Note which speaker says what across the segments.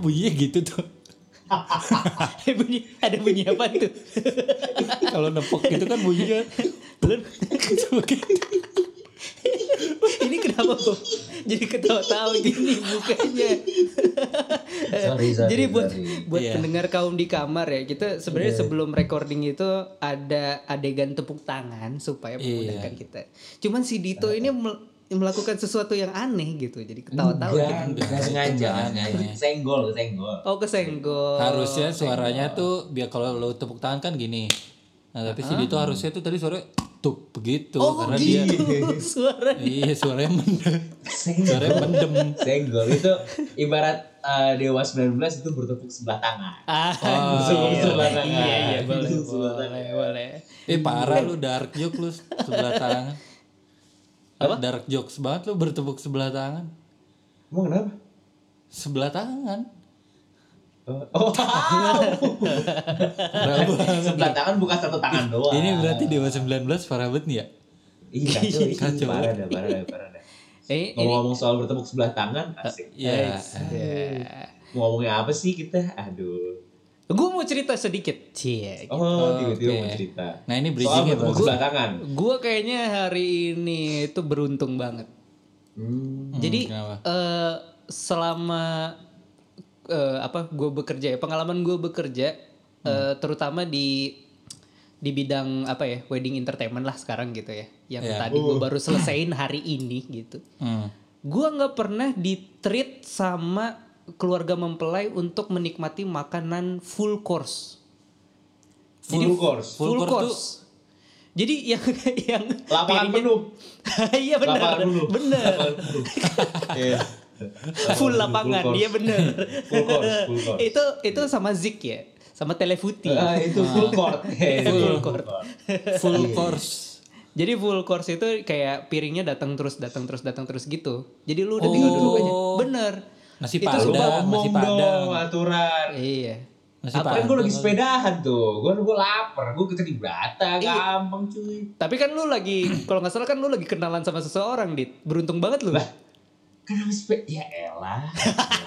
Speaker 1: bunyinya gitu tuh.
Speaker 2: Eh, bunyi, ada bunyi apa tuh?
Speaker 1: Kalau nepok gitu kan bunyinya
Speaker 2: Belum. ini kenapa kok jadi ketawa-tawa gini bukannya
Speaker 3: Sorry, sorry,
Speaker 2: jadi buat
Speaker 3: sorry. Iya.
Speaker 2: buat
Speaker 1: Iya.
Speaker 2: pendengar kaum di kamar ya kita sebenarnya sebelum recording itu ada adegan tepuk tangan
Speaker 1: Iya.
Speaker 2: supaya memudahkan kita cuman si Dito
Speaker 3: Iya.
Speaker 2: ini mel- melakukan sesuatu yang aneh gitu jadi ketawa-tawa gitu.
Speaker 3: Enggak, enggak sengaja.
Speaker 1: Jangan, jangan.
Speaker 3: Senggol, senggol.
Speaker 2: oh kesenggol
Speaker 1: harusnya suaranya tuh biar kalau lo tepuk tangan kan gini. Nah, tapi si Dito harusnya tuh tadi suara tuk begitu
Speaker 2: oh
Speaker 1: karena dia
Speaker 2: gitu suara
Speaker 1: iya suaranya mendem.
Speaker 3: Senggol.
Speaker 1: Suaranya mendem.
Speaker 3: Senggol itu ibarat eh, Dewa 19 itu bertepuk sebelah tangan.
Speaker 2: ah
Speaker 1: Oh,
Speaker 3: Bertepuk sebelah tangan. Gitu.
Speaker 2: iya iya boleh
Speaker 3: Bertepuk sebelah
Speaker 2: boleh boleh
Speaker 1: Eh parah lu dark joke lu sebelah tangan. Apa? Dark jokes banget lu bertepuk sebelah tangan.
Speaker 3: tangan. Emang kenapa?
Speaker 1: Sebelah tangan.
Speaker 3: Oh, oh, sebelah tangan bukan satu tangan doang.
Speaker 1: Ini berarti Dewa 19 parah banget nih ya?
Speaker 3: Ih, kacau, ih,
Speaker 1: Kacau.
Speaker 3: parah dah, parah dah, parah dah.
Speaker 2: Eh,
Speaker 3: Mau ngomong soal bertepuk sebelah tangan, asik.
Speaker 1: Iya.
Speaker 2: Ya.
Speaker 3: Mau ngomongnya apa sih kita? Aduh.
Speaker 2: Gue mau cerita sedikit. Cie.
Speaker 3: Oh, tiba-tiba
Speaker 1: oke.
Speaker 3: mau cerita.
Speaker 1: Nah, ini
Speaker 3: Soal
Speaker 1: bridgingnya
Speaker 3: bertepuk
Speaker 1: bagus.
Speaker 3: sebelah tangan.
Speaker 2: Gue kayaknya hari ini itu beruntung banget.
Speaker 3: Hmm.
Speaker 2: Jadi
Speaker 1: kenapa?
Speaker 2: eh, selama eh, apa gue bekerja ya pengalaman gue bekerja eh, terutama di di bidang apa ya wedding entertainment lah sekarang gitu ya yang tadi gue baru selesaiin hari ini gitu.
Speaker 1: Hmm.
Speaker 2: Gua nggak pernah ditreat sama keluarga mempelai untuk menikmati makanan full course.
Speaker 3: Full course.
Speaker 1: full
Speaker 2: Full,
Speaker 1: course
Speaker 2: course. Jadi yang yang
Speaker 3: Lapangan
Speaker 2: piringnya-
Speaker 3: penuh.
Speaker 2: iya benar.
Speaker 3: Lapangan penuh.
Speaker 2: Benar.
Speaker 3: Lapangan penuh. Iya.
Speaker 2: Full lapangan, iya
Speaker 3: course.
Speaker 2: dia benar.
Speaker 3: Full course, full course.
Speaker 2: itu itu sama Zik ya, sama Telefuti.
Speaker 3: Ah, itu full court. Eh, itu
Speaker 2: Full court.
Speaker 1: Full course.
Speaker 2: Jadi full course itu kayak piringnya datang terus datang terus datang terus gitu. Jadi lu udah
Speaker 1: Oh.
Speaker 2: tinggal duduk aja. Bener.
Speaker 1: Nasi
Speaker 2: Itu
Speaker 1: padang,
Speaker 2: sumpah-
Speaker 1: nasi
Speaker 3: Ngomong
Speaker 1: padang.
Speaker 3: dong aturan.
Speaker 2: Iya.
Speaker 1: Nasi
Speaker 2: Apa?
Speaker 3: Kan
Speaker 1: padang.
Speaker 3: gue lagi sepedahan tuh, gue gue lapar, gue keterlibatan,
Speaker 2: Iya.
Speaker 3: gampang cuy.
Speaker 2: Tapi kan lu lagi kalau nggak salah kan lu lagi kenalan sama seseorang, Dit. Beruntung banget lu.
Speaker 3: Kenapa sepeda? Ya elah.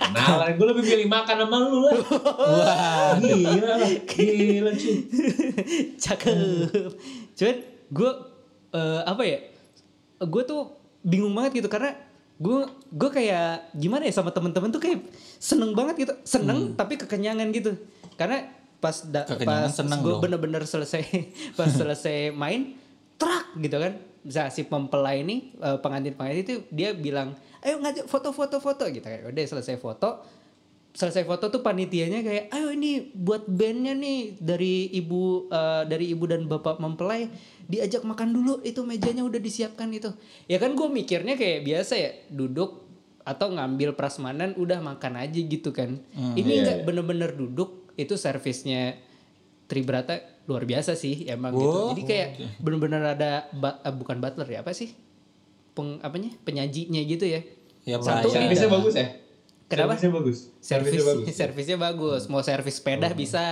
Speaker 3: Kenalan, gue lebih milih makan sama lu lah. Wah, gila lah, gila cuy.
Speaker 2: Cakep. Cuman gue apa ya? Gue tuh bingung banget gitu karena gue gue kayak gimana ya sama temen-temen tuh kayak seneng banget gitu, seneng tapi kekenyangan gitu. Karena pas da,
Speaker 1: Hmm. Kekenyangan
Speaker 2: pas
Speaker 1: seneng
Speaker 2: gue
Speaker 1: dong.
Speaker 2: bener-bener selesai pas selesai main trak gitu kan bisa si mempelai ini eh, pengantin pengantin itu dia bilang ayo ngajak foto foto foto gitu kan udah selesai foto selesai foto tuh panitianya kayak ayo ini buat bandnya nih dari ibu eh, dari ibu dan bapak mempelai diajak makan dulu itu mejanya udah disiapkan itu ya kan gue mikirnya kayak biasa ya duduk atau ngambil prasmanan udah makan aja gitu kan ini
Speaker 3: Iya,
Speaker 2: nggak
Speaker 3: iya.
Speaker 2: bener-bener duduk itu servisnya Tribrata luar biasa sih emang gitu.
Speaker 3: Oh,
Speaker 1: Wow.
Speaker 2: Jadi kayak bener-bener ada ba- eh, bukan butler ya apa sih? Peng, apanya? Penyajinya gitu ya.
Speaker 1: Ya,
Speaker 2: Satu
Speaker 1: pelayan.
Speaker 2: ini
Speaker 3: Servisnya bagus ya?
Speaker 2: iya. Kenapa?
Speaker 3: Servisnya bagus.
Speaker 2: servis
Speaker 3: Servisnya bagus. Hmm.
Speaker 2: servisnya bagus. Mau servis sepeda bisa,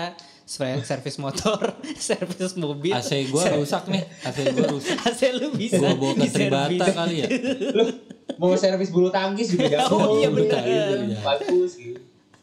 Speaker 2: se- servis motor, servis mobil.
Speaker 1: AC gue rusak nih. AC gue rusak.
Speaker 2: AC lu bisa.
Speaker 1: Gue bawa ke
Speaker 2: diservis.
Speaker 1: Tribata
Speaker 3: kan.
Speaker 1: kali ya.
Speaker 3: Mau servis bulu tangkis juga jago.
Speaker 2: Oh, iya,
Speaker 3: bulu
Speaker 2: benar.
Speaker 3: tangkis Bagus gitu.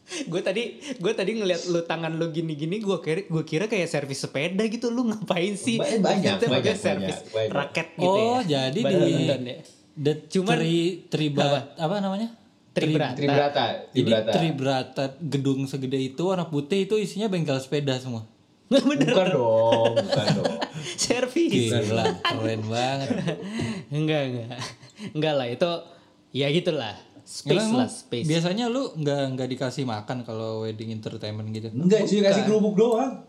Speaker 2: gue tadi gue tadi ngeliat lu tangan lu gini-gini gue kira gue kira kayak servis sepeda gitu lu ngapain sih
Speaker 3: Ba- banyak,
Speaker 2: Gitu,
Speaker 3: banyak,
Speaker 2: servis
Speaker 3: banyak, banyak.
Speaker 2: raket gitu
Speaker 1: Oh,
Speaker 2: ya
Speaker 1: jadi
Speaker 2: Badan
Speaker 1: di
Speaker 2: badan ya.
Speaker 1: The
Speaker 2: Cuman-
Speaker 1: tri, tribat apa? namanya?
Speaker 2: Tribrata.
Speaker 3: Tribrata,
Speaker 1: Jadi
Speaker 3: Tribrata.
Speaker 1: tribrata gedung segede itu warna putih itu isinya bengkel sepeda semua.
Speaker 2: Nggak bener
Speaker 3: Bukan dong, bukan dong.
Speaker 2: servis
Speaker 3: Iya.
Speaker 1: Gila, keren banget.
Speaker 2: enggak enggak enggak lah itu ya gitulah
Speaker 1: Gila,
Speaker 2: space
Speaker 1: emang
Speaker 2: lah space
Speaker 1: Biasanya lu nggak nggak dikasih makan kalau wedding entertainment gitu.
Speaker 3: Enggak cuy, kasih kerupuk doang.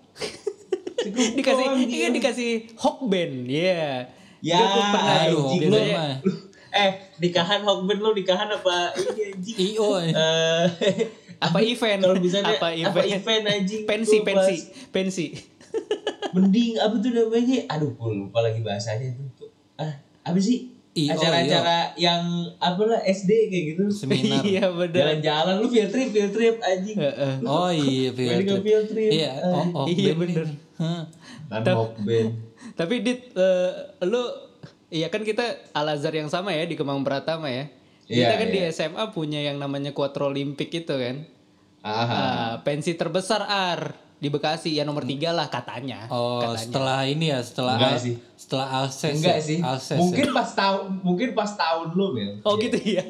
Speaker 3: Kasih kerupuk
Speaker 2: dikasih
Speaker 3: doang,
Speaker 2: iya
Speaker 3: gila.
Speaker 2: dikasih hawk band ya
Speaker 3: Ya,
Speaker 2: Itu pernah
Speaker 1: aduh,
Speaker 3: anjing
Speaker 1: Hokben
Speaker 3: lu.
Speaker 1: mah.
Speaker 3: Lu- Eh, nikahan Hokben lu nikahan apa ini anjing?
Speaker 1: IO eh.
Speaker 3: Eh,
Speaker 2: apa event
Speaker 3: kalau bisa deh,
Speaker 2: apa event,
Speaker 3: apa event, anjing?
Speaker 2: pensi
Speaker 3: Gua
Speaker 2: pensi pensi
Speaker 3: mending apa tuh namanya? Aduh, gue lupa lagi bahasanya itu. Ah, apa sih?
Speaker 1: IO,
Speaker 3: Acara-acara yang apa lah SD kayak gitu.
Speaker 1: Seminar.
Speaker 2: iya bener
Speaker 3: Jalan-jalan lu field trip, field trip anjing.
Speaker 2: Heeh.
Speaker 1: Oh iya, field
Speaker 3: nah. Wedding
Speaker 1: trip.
Speaker 3: field trip.
Speaker 1: Iya, oh, oh,
Speaker 2: iya,
Speaker 1: band
Speaker 2: bener.
Speaker 1: nih. Hah.
Speaker 3: Dan Hokben.
Speaker 2: Tapi Dit, eh, lu iya kan kita Al Azhar yang sama ya di Kemang Pratama ya. Kita
Speaker 3: Iya,
Speaker 2: kan
Speaker 3: iya.
Speaker 2: di SMA punya yang namanya Quatrolimpik itu kan.
Speaker 3: Aha.
Speaker 2: Eh, pensi terbesar Ar di Bekasi ya nomor tiga lah katanya.
Speaker 1: Oh,
Speaker 2: katanya.
Speaker 1: setelah ini ya, setelah
Speaker 3: Enggak
Speaker 1: Al-
Speaker 3: sih.
Speaker 1: setelah Alses.
Speaker 3: Enggak
Speaker 1: ya?
Speaker 3: sih.
Speaker 1: Alses. ya?
Speaker 3: mungkin pas tahun mungkin pas tahun lu, Mil.
Speaker 2: Oh gitu ya.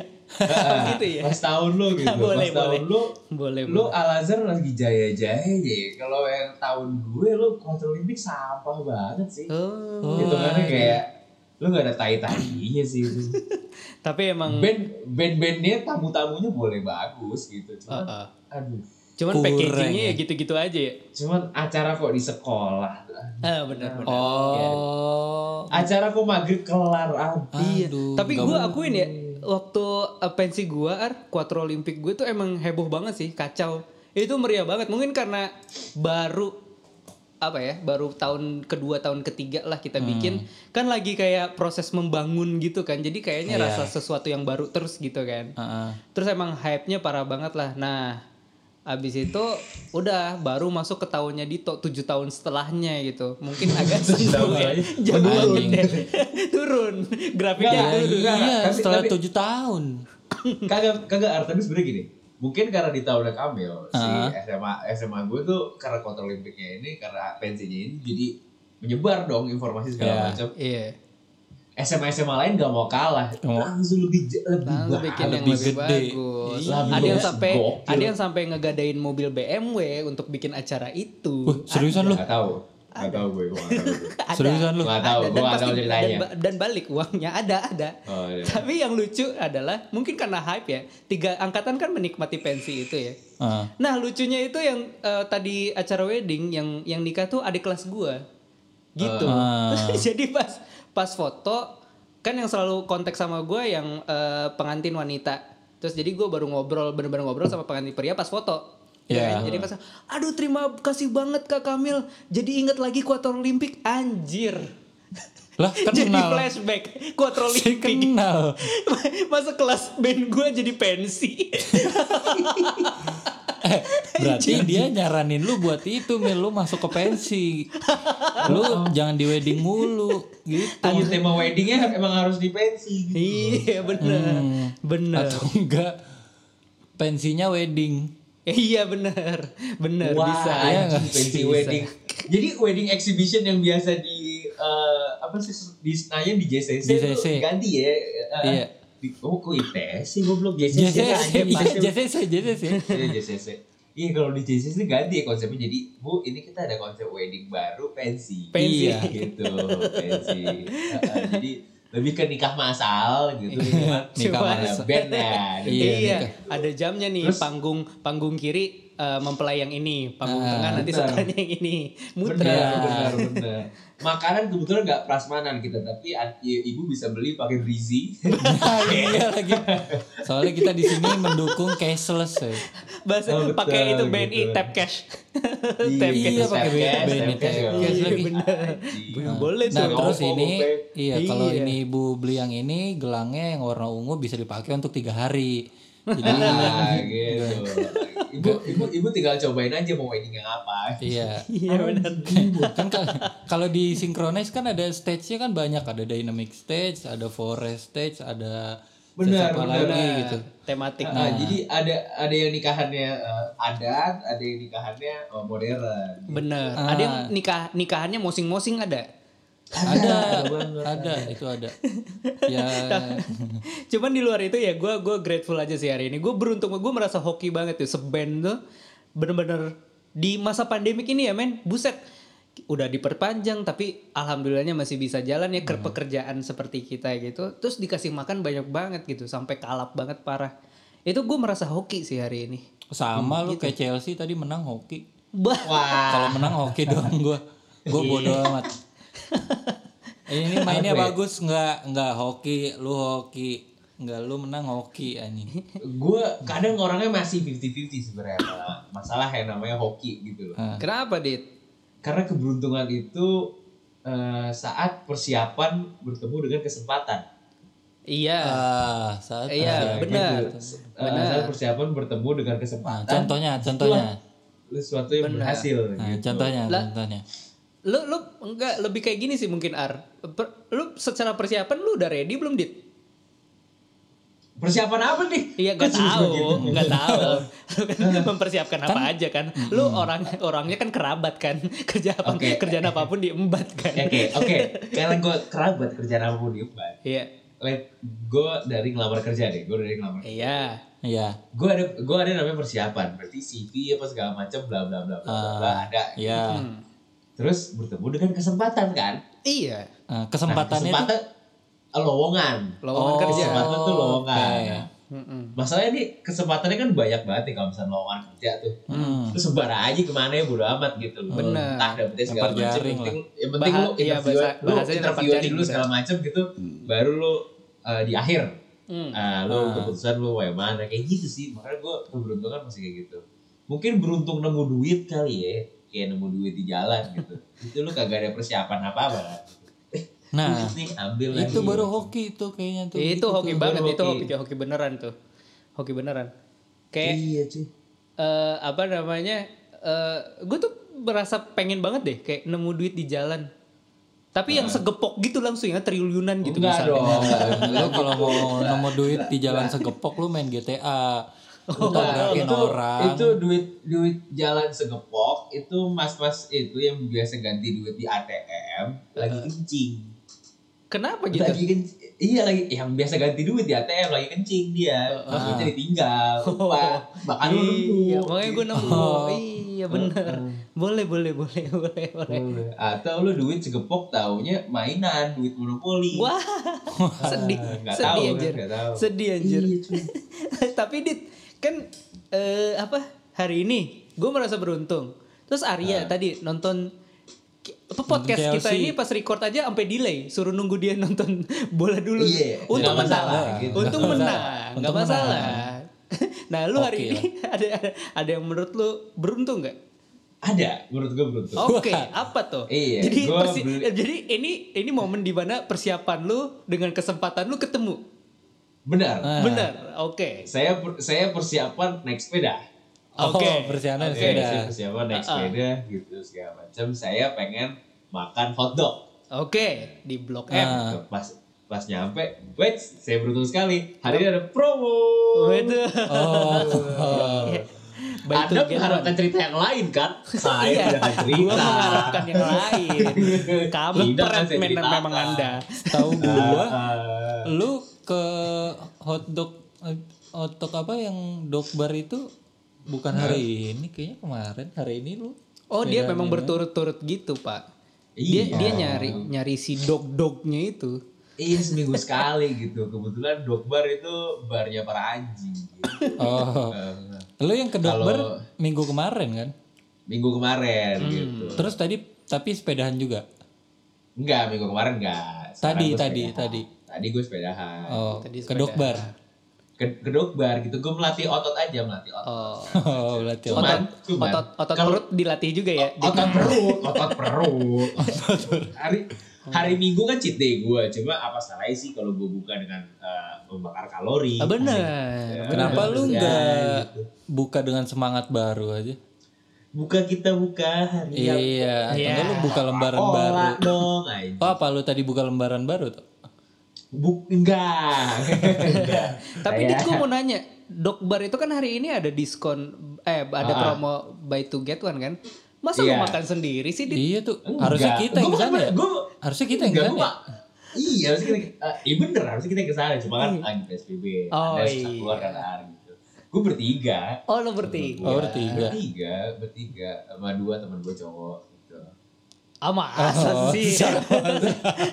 Speaker 2: oh gitu ya.
Speaker 3: Pas tahun lu gitu.
Speaker 2: Boleh,
Speaker 3: pas
Speaker 2: boleh.
Speaker 3: tahun lu
Speaker 2: Boleh,
Speaker 1: Iya,
Speaker 3: lu Al-Azhar lagi jaya-jaya ya. Kalau yang tahun gue lu kontrol limit sampah banget sih.
Speaker 2: Oh.
Speaker 1: Oh,
Speaker 3: Itu kan
Speaker 1: iya.
Speaker 3: kayak lu gak ada tai-tainya sih itu.
Speaker 2: Tapi emang
Speaker 3: Band band-bandnya tamu-tamunya boleh bagus gitu. Cuman
Speaker 2: Heeh.
Speaker 1: Uh-uh.
Speaker 3: aduh.
Speaker 2: eh, cuman
Speaker 1: Kurang
Speaker 2: packagingnya
Speaker 1: ya.
Speaker 2: ya gitu-gitu aja ya.
Speaker 3: Cuman acara kok di sekolah.
Speaker 2: Ah benar benar.
Speaker 1: Oh.
Speaker 3: Acara kok maghrib kelar ah.
Speaker 2: Iya.
Speaker 1: Aduh,
Speaker 2: Tapi
Speaker 1: nggak
Speaker 2: gue
Speaker 1: mungkin.
Speaker 2: akuin ya waktu eh, pensi gue ar Quattro Olympic gue tuh emang heboh banget sih kacau. Itu meriah banget mungkin karena baru apa ya baru tahun kedua tahun ketiga lah kita
Speaker 1: Hmm.
Speaker 2: bikin kan lagi kayak proses membangun gitu kan jadi kayaknya
Speaker 1: Iya.
Speaker 2: rasa sesuatu yang baru terus gitu kan
Speaker 1: Heeh.
Speaker 2: terus emang hype-nya parah banget lah nah abis itu udah baru masuk ke tahunnya Dito 7 tahun setelahnya gitu mungkin agak sentuh ya
Speaker 3: lagi.
Speaker 2: jauh
Speaker 1: Turun.
Speaker 2: banget ya. turun grafiknya
Speaker 3: Nggak,
Speaker 2: turun.
Speaker 1: Iya,
Speaker 3: enggak, enggak. Tapi-
Speaker 1: setelah
Speaker 3: tapi-
Speaker 1: tujuh tahun.
Speaker 3: kagak kagak Ar, tapi sebenarnya gini mungkin karena di tahunnya Kamil si
Speaker 1: Ah.
Speaker 3: SMA SMA gue tuh karena kontrak olimpiknya ini karena pensinya ini jadi menyebar dong
Speaker 1: Iya.
Speaker 3: informasi segala macam
Speaker 2: iya
Speaker 3: SMA SMA lain gak mau kalah
Speaker 1: Oh.
Speaker 3: langsung lebih j- lebih
Speaker 2: Lalu
Speaker 3: bah-
Speaker 2: bikin yang
Speaker 1: lebih
Speaker 2: lebih
Speaker 1: gede.
Speaker 2: bagus.
Speaker 1: Iya.
Speaker 2: ada yang
Speaker 3: Gokil.
Speaker 2: sampai ada yang sampai ngegadain mobil BMW untuk bikin acara
Speaker 1: Wah,
Speaker 2: itu.
Speaker 1: seriusan lu?
Speaker 3: nggak tahu nggak tahu gue gue nggak tahu.
Speaker 2: Ada.
Speaker 1: Seriusan lu?
Speaker 3: Nggak tahu,
Speaker 2: Ada,
Speaker 3: gua
Speaker 2: dan
Speaker 3: nggak
Speaker 2: pasti-
Speaker 3: tahu ceritanya.
Speaker 2: Dan, ba- dan balik uangnya ada, ada.
Speaker 3: Oh, iya.
Speaker 2: Tapi yang lucu adalah mungkin karena hype ya. Tiga angkatan kan menikmati pensi itu ya.
Speaker 1: Heeh.
Speaker 2: Nah, lucunya itu yang eh, tadi acara wedding yang yang nikah tuh adik kelas gua. Gitu.
Speaker 1: Ah.
Speaker 2: Jadi pas pas foto kan yang selalu kontak sama gua yang eh, pengantin wanita. Terus jadi gua baru ngobrol bener-bener ngobrol sama pengantin pria pas foto. Ya
Speaker 1: Iya.
Speaker 2: kan? Jadi pas aduh terima kasih banget Kak Kamil. Jadi inget lagi Kuartal Olimpik anjir.
Speaker 1: Lah, kenal.
Speaker 2: jadi flashback Kuartal
Speaker 1: Si
Speaker 2: Olimpik.
Speaker 1: kenal.
Speaker 2: Masa kelas band gua jadi pensi.
Speaker 1: Eh, berarti dia nyaranin lu buat itu, Mil. Lu masuk ke pensi. Lu jangan di wedding mulu gitu.
Speaker 3: Tuh, tema weddingnya emang harus di pensi
Speaker 2: Iya bener Bener
Speaker 1: Hmm. Atau enggak pensinya wedding.
Speaker 2: Eh, Iya bener Bener
Speaker 3: Wah,
Speaker 2: bisa
Speaker 1: iya nggak?
Speaker 3: anjing, pensi
Speaker 2: Bisa.
Speaker 3: wedding. Jadi wedding exhibition yang biasa di eh, apa sih di Senayan di JCC,
Speaker 1: Di
Speaker 3: tuh
Speaker 1: JCC.
Speaker 3: ganti ya. eh,
Speaker 1: Iya.
Speaker 3: Di, oh kok ITS sih goblok JCC
Speaker 1: JCC,
Speaker 3: aja masuk.
Speaker 1: JCC, JCC.
Speaker 3: Iya, JCC. Iya kalau di JCC ganti ya konsepnya jadi Bu ini kita ada konsep wedding baru pensi.
Speaker 2: Pensi.
Speaker 1: Iya.
Speaker 3: gitu, pensi. Eh, eh, jadi lebih ke nikah masal gitu. Cuma
Speaker 1: Iya, Nikah
Speaker 2: Cuma-
Speaker 3: ada
Speaker 1: masal.
Speaker 3: band ya.
Speaker 1: Iya,
Speaker 2: Iya,
Speaker 1: nikah.
Speaker 2: ada jamnya nih panggung panggung kiri eh, mempelai yang ini, panggung
Speaker 1: Ah,
Speaker 2: tengah nanti
Speaker 3: bener.
Speaker 2: setelahnya yang ini. Muter.
Speaker 1: Iya.
Speaker 3: Benar, benar, benar. Makanan kebetulan nggak prasmanan kita, tapi ad- i- ibu bisa beli pakai brizi.
Speaker 1: Nah, iya lagi. Soalnya kita di sini mendukung cashless ya.
Speaker 2: Bahasa
Speaker 3: Oh, betul,
Speaker 2: pakai itu BNI
Speaker 3: gitu.
Speaker 2: tap cash. tap
Speaker 1: Iya,
Speaker 2: cash.
Speaker 1: pakai BNI,
Speaker 2: Iya,
Speaker 1: lagi.
Speaker 2: bener.
Speaker 1: Nah,
Speaker 2: Boleh
Speaker 1: nah,
Speaker 2: tuh.
Speaker 1: terus
Speaker 3: Oppo,
Speaker 1: ini
Speaker 3: Oppo.
Speaker 1: iya kalau
Speaker 2: Iya.
Speaker 1: ini ibu beli yang ini gelangnya yang warna ungu bisa dipakai untuk tiga hari. Jadi
Speaker 3: Nah, gitu. Ibu, ibu, ibu tinggal cobain aja mau wedding yang apa.
Speaker 1: iya.
Speaker 2: Iya benar.
Speaker 1: kan kal- kalau di synchronize kan ada stage-nya kan banyak ada dynamic stage, ada forest stage, ada
Speaker 3: Benar,
Speaker 1: apa
Speaker 3: benar.
Speaker 1: lagi gitu.
Speaker 2: Tematik.
Speaker 3: Nah, jadi ada ada yang nikahannya eh, adat, ada yang nikahannya eh, modern.
Speaker 2: Bener.
Speaker 1: Ah.
Speaker 2: Ada yang nikah nikahannya mosing-mosing ada.
Speaker 1: Ada, ada itu ada. Ya
Speaker 2: Nah, Cuman di luar itu ya gue gua grateful aja sih hari ini. Gue beruntung, gue merasa hoki banget tuh seband tuh bener-bener di masa pandemik ini ya men, buset udah diperpanjang tapi alhamdulillahnya masih bisa jalan ya ke pekerjaan seperti kita gitu. Terus dikasih makan banyak banget gitu sampai kalap banget parah. Itu gue merasa hoki sih hari ini.
Speaker 1: sama lu kayak Chelsea tadi menang hoki.
Speaker 2: Bah,
Speaker 3: Wah,
Speaker 1: Kalau menang hoki doang gua. Gua bodo amat. Eh, Ini mainnya
Speaker 3: Iya. Apa ya?
Speaker 1: bagus nggak nggak hoki, lu hoki. Nggak lu menang hoki anjing.
Speaker 3: gue kadang orangnya masih 50-50 sebenarnya masalah- masalah yang namanya hoki gitu loh.
Speaker 2: kenapa dit?
Speaker 3: karena keberuntungan itu eh, saat persiapan bertemu dengan kesempatan.
Speaker 2: Iya,
Speaker 1: Ah, saat
Speaker 2: iya
Speaker 1: terakhir.
Speaker 2: benar.
Speaker 3: Gitu. Eh, saat persiapan bertemu dengan
Speaker 1: Nah,
Speaker 3: kesempatan.
Speaker 1: contohnya, contohnya.
Speaker 3: Sesuatu yang
Speaker 2: Benar.
Speaker 3: berhasil.
Speaker 1: Nah,
Speaker 3: gitu.
Speaker 1: contohnya,
Speaker 2: Lah.
Speaker 1: contohnya.
Speaker 2: Lu lu enggak lebih kayak gini sih mungkin Ar. Per- lu secara persiapan lu udah ready belum dit?
Speaker 3: Persiapan apa nih?
Speaker 2: Iya gak
Speaker 3: Kok cuma
Speaker 2: tahu,
Speaker 3: begitu?
Speaker 2: gak tahu. Lu kan mempersiapkan apa aja kan. Lu orang orangnya kan kerabat kan. Kerja apa
Speaker 3: Oke.
Speaker 2: kerjaan apapun diembat kan.
Speaker 3: Oke, oke. Kalian gue kerabat kerjaan apapun di Upan.
Speaker 2: Iya.
Speaker 3: Like, gue dari ngelamar kerja deh. Gue dari ngelamar.
Speaker 2: Iya.
Speaker 1: Iya.
Speaker 3: Gue ada, gue ada namanya persiapan. Berarti CV apa segala macam, bla bla bla bla bla, bla, ada.
Speaker 1: Iya.
Speaker 2: Hmm.
Speaker 3: Terus bertemu dengan kesempatan kan?
Speaker 2: Iya.
Speaker 1: Eh,
Speaker 3: Nah,
Speaker 1: kesempatannya tuh
Speaker 3: kesempatan lowongan.
Speaker 2: Lowongan
Speaker 1: Oh.
Speaker 2: kerja.
Speaker 3: Kesempatan tuh lowongan.
Speaker 1: Oke.
Speaker 3: Nah,
Speaker 2: Mm-mm.
Speaker 3: Masalahnya nih kesempatannya kan banyak banget nih kalau misalnya lowongan kerja tuh.
Speaker 1: Hmm.
Speaker 3: Terus sebar aja kemana ya bodo amat gitu loh.
Speaker 2: Bener.
Speaker 3: Entah dapetnya segala
Speaker 1: Lempar
Speaker 3: macam.
Speaker 1: jaring
Speaker 3: Yang penting, yang penting
Speaker 2: Bah-
Speaker 3: lu
Speaker 2: iya,
Speaker 3: interview,
Speaker 2: bahasa-
Speaker 3: lu
Speaker 2: bahasanya lempar
Speaker 3: interview
Speaker 2: jaring,
Speaker 3: dulu segala macam gitu. Baru lu eh, di akhir.
Speaker 2: Hmm.
Speaker 3: eh, lu keputusan lu mau yang mana. Kayak gitu sih. Makanya gue keberuntungan masih kayak gitu. Mungkin beruntung nemu duit kali ya. Kayak nemu duit di jalan gitu. itu lu kagak ada persiapan apa-apa.
Speaker 2: Ah.
Speaker 3: kan.
Speaker 1: Nah,
Speaker 3: Duit nih ambil lagi.
Speaker 1: itu baru hoki itu kayaknya tuh.
Speaker 2: Itu
Speaker 1: Gitu
Speaker 2: hoki
Speaker 1: tuh.
Speaker 2: banget itu
Speaker 3: hoki.
Speaker 2: hoki hoki beneran tuh. Hoki beneran. Kayak
Speaker 3: Iya cuy.
Speaker 2: eh apa namanya gue tuh merasa pengen banget deh kayak nemu duit di jalan tapi yang segepok gitu langsung ya triliunan gitu
Speaker 3: Enggak
Speaker 2: misalnya
Speaker 3: dong.
Speaker 1: lu kalau mau nemu duit di jalan segepok lu main GTA. Lu
Speaker 3: Nah,
Speaker 1: tabrakin
Speaker 3: itu,
Speaker 1: orang.
Speaker 3: itu duit duit jalan segepok itu mas-mas itu yang biasa ganti duit di ATM lagi kencing
Speaker 2: kenapa gitu
Speaker 3: lagi kencing iya lagi yang biasa ganti duit di ATM lagi kencing dia duitnya ditinggal lupa bahkan lu
Speaker 2: iya
Speaker 3: nemu.
Speaker 2: makanya gue nemu
Speaker 1: Oh.
Speaker 2: iya bener
Speaker 3: Oh.
Speaker 2: boleh boleh boleh boleh boleh
Speaker 3: Gitu. atau lu duit segepok taunya mainan duit monopoli
Speaker 2: wah sedih
Speaker 3: nggak tahu
Speaker 2: sedih
Speaker 3: kan,
Speaker 2: anjir
Speaker 3: nggak tahu.
Speaker 2: sedih anjir
Speaker 3: Iya, cuy.
Speaker 2: tapi dit kan eh, apa hari ini gue merasa beruntung terus
Speaker 3: Nah.
Speaker 2: Arya tadi nonton ki- apa, podcast
Speaker 1: Nonton
Speaker 2: kita
Speaker 1: Chelsea.
Speaker 2: ini pas record aja sampai delay suruh nunggu dia nonton bola dulu
Speaker 3: Iya,
Speaker 2: untung
Speaker 3: nggak
Speaker 2: menang
Speaker 3: masalah, gitu.
Speaker 2: untung
Speaker 1: Nggak
Speaker 2: menang
Speaker 1: masalah.
Speaker 2: nggak
Speaker 1: Untung menang.
Speaker 2: masalah nah lu hari
Speaker 1: Oke
Speaker 2: ini ada ada- ada yang menurut lu beruntung nggak
Speaker 3: ada menurut gue beruntung
Speaker 2: oke apa tuh
Speaker 3: Iya,
Speaker 2: jadi
Speaker 3: gua
Speaker 2: persi-
Speaker 3: beli-
Speaker 2: eh, jadi ini ini momen dimana persiapan lu dengan kesempatan lu ketemu
Speaker 3: benar
Speaker 2: benar oke
Speaker 3: saya per- saya persiapan naik sepeda Oh,
Speaker 1: Oke,
Speaker 2: Oke.
Speaker 1: Oh, persiapan
Speaker 3: Oke,
Speaker 1: sepeda.
Speaker 3: saya persiapan naik
Speaker 2: Uh-uh.
Speaker 3: sepeda gitu segala macam. Saya pengen makan hotdog.
Speaker 2: Oke, di Blok
Speaker 1: Ah.
Speaker 2: M.
Speaker 3: Gitu. Pas pas nyampe, wait, saya beruntung sekali. Hari ini ada promo.
Speaker 2: Waduh.
Speaker 1: Oh.
Speaker 2: By two
Speaker 3: Anda
Speaker 2: get
Speaker 3: mengharapkan
Speaker 2: one.
Speaker 3: cerita yang lain kan?
Speaker 2: Iya,
Speaker 3: Saya tidak akan
Speaker 2: gua
Speaker 3: cerita.
Speaker 2: mengharapkan yang lain. Kamu
Speaker 3: Tidak akan saya
Speaker 2: permen
Speaker 3: ceritakan.
Speaker 2: memang Anda.
Speaker 1: Tahu gua
Speaker 3: Ah,
Speaker 1: lu ke hotdog hotdog apa yang dog bar itu bukan
Speaker 3: Nah.
Speaker 1: hari ini kayaknya kemarin hari ini lu
Speaker 2: Oh, dia
Speaker 1: sepeda
Speaker 2: memang
Speaker 1: di mana?
Speaker 2: berturut-turut gitu, Pak. Dia
Speaker 3: Iya.
Speaker 2: dia nyari nyari si dog-dognya itu.
Speaker 3: Iya seminggu sekali gitu. Kebetulan dog bar itu barnya para anjing. Gitu.
Speaker 1: oh
Speaker 3: Eh,
Speaker 1: lu yang ke dog
Speaker 3: Kalau-
Speaker 1: bar minggu kemarin kan
Speaker 3: minggu kemarin gitu.
Speaker 1: terus tadi tapi sepedahan juga
Speaker 3: Enggak, minggu kemarin enggak.
Speaker 1: Tadi,
Speaker 3: gua
Speaker 1: tadi,
Speaker 3: sepedahan.
Speaker 1: tadi.
Speaker 3: Tadi gue sepedahan.
Speaker 1: oh
Speaker 2: Tadi
Speaker 1: ke dog bar
Speaker 3: ke, ke dog bar gitu gue melatih otot aja melatih otot
Speaker 2: Oh.
Speaker 1: oh berarti
Speaker 3: Cuman-
Speaker 2: Otot
Speaker 3: cuman,
Speaker 2: otot otot
Speaker 3: kalau- Oh,
Speaker 2: perut dilatih juga ya. Di-
Speaker 3: otot perut otot perut hari hari minggu kan cheat day gue cuma apa salahnya sih kalau gue buka dengan eh, membakar kalori
Speaker 2: Ah, bener.
Speaker 3: Ya,
Speaker 1: kenapa
Speaker 3: bener,
Speaker 1: lu
Speaker 3: kan,
Speaker 1: nggak
Speaker 3: gitu.
Speaker 1: buka dengan semangat baru aja
Speaker 3: buka kita buka hari
Speaker 1: iya atau
Speaker 2: Iya.
Speaker 1: nggak lu buka lembaran
Speaker 3: Olah
Speaker 1: baru
Speaker 3: dong ay.
Speaker 1: oh, apa lu tadi buka lembaran baru tuh
Speaker 3: Bu, enggak Enggak.
Speaker 2: Tapi
Speaker 3: Saya-
Speaker 2: Dit gue mau nanya, dog bar itu kan hari ini ada diskon eh ada
Speaker 3: Ah.
Speaker 2: promo buy two get one kan? Masa
Speaker 3: Iya.
Speaker 2: lu makan sendiri sih, Dit?
Speaker 1: iya tuh
Speaker 3: Enggak.
Speaker 1: harusnya kita yang
Speaker 3: Gua
Speaker 1: kesana ya
Speaker 3: gua-
Speaker 1: harusnya kita yang
Speaker 3: Enggak,
Speaker 1: kesana
Speaker 3: gua
Speaker 1: ya
Speaker 3: mah- Iya, harusnya kita eh, iya bener harusnya kita ke sana cuma kan lagi PSBB.
Speaker 2: Oh,
Speaker 3: Anda susah keluar
Speaker 2: iya.
Speaker 3: karena hari gitu. Gue bertiga.
Speaker 2: Oh, lu bertiga.
Speaker 1: Oh, bertiga.
Speaker 3: Bertiga, bertiga sama dua teman gue cowok gitu.
Speaker 2: Ah masa
Speaker 1: Oh,
Speaker 2: sih?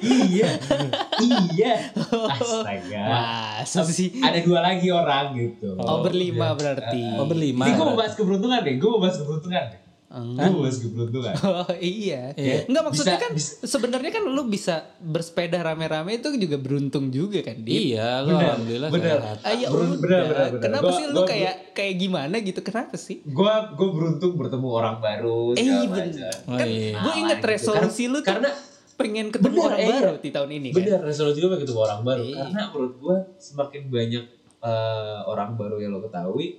Speaker 3: iya. iya. Astaga.
Speaker 2: Masa sih?
Speaker 3: Ada dua lagi orang gitu.
Speaker 2: Oh berlima berarti.
Speaker 3: Ah.
Speaker 1: Oh, berlima.
Speaker 3: Ini gue mau bahas keberuntungan deh, gue mau bahas keberuntungan deh.
Speaker 2: Enggak.
Speaker 3: Gue mau bahas keberuntungan.
Speaker 2: Oh iya.
Speaker 1: Iya.
Speaker 2: Enggak maksudnya
Speaker 3: Bisa-
Speaker 2: kan
Speaker 3: bisa.
Speaker 2: sebenarnya kan lu bisa bersepeda rame-rame itu juga beruntung juga kan, Dit?
Speaker 1: Iya, lu
Speaker 3: Bener,
Speaker 1: alhamdulillah
Speaker 3: bener.
Speaker 1: sehat.
Speaker 2: Ayo
Speaker 3: Bener,
Speaker 2: Ah, iya, udah.
Speaker 3: bener, bener, bener.
Speaker 2: Kenapa
Speaker 3: Gua-
Speaker 2: sih lu
Speaker 3: gua-
Speaker 2: kayak kayak gimana gitu? Kenapa sih?
Speaker 3: gue gue beruntung bertemu orang baru
Speaker 2: Eh
Speaker 3: segala
Speaker 2: bener.
Speaker 3: macam.
Speaker 1: Oh,
Speaker 2: Kan
Speaker 1: iya.
Speaker 2: gue inget
Speaker 3: Gitu.
Speaker 2: resolusi
Speaker 3: Karena-
Speaker 2: lu tuh
Speaker 3: Iya, karena
Speaker 2: pengen ketemu
Speaker 3: Bener,
Speaker 2: orang
Speaker 3: iya.
Speaker 2: baru di tahun ini kan.
Speaker 3: Bener, resolusi gue begitu orang baru.
Speaker 2: Iya.
Speaker 3: Karena menurut gue semakin banyak eh, orang baru yang lo ketahui,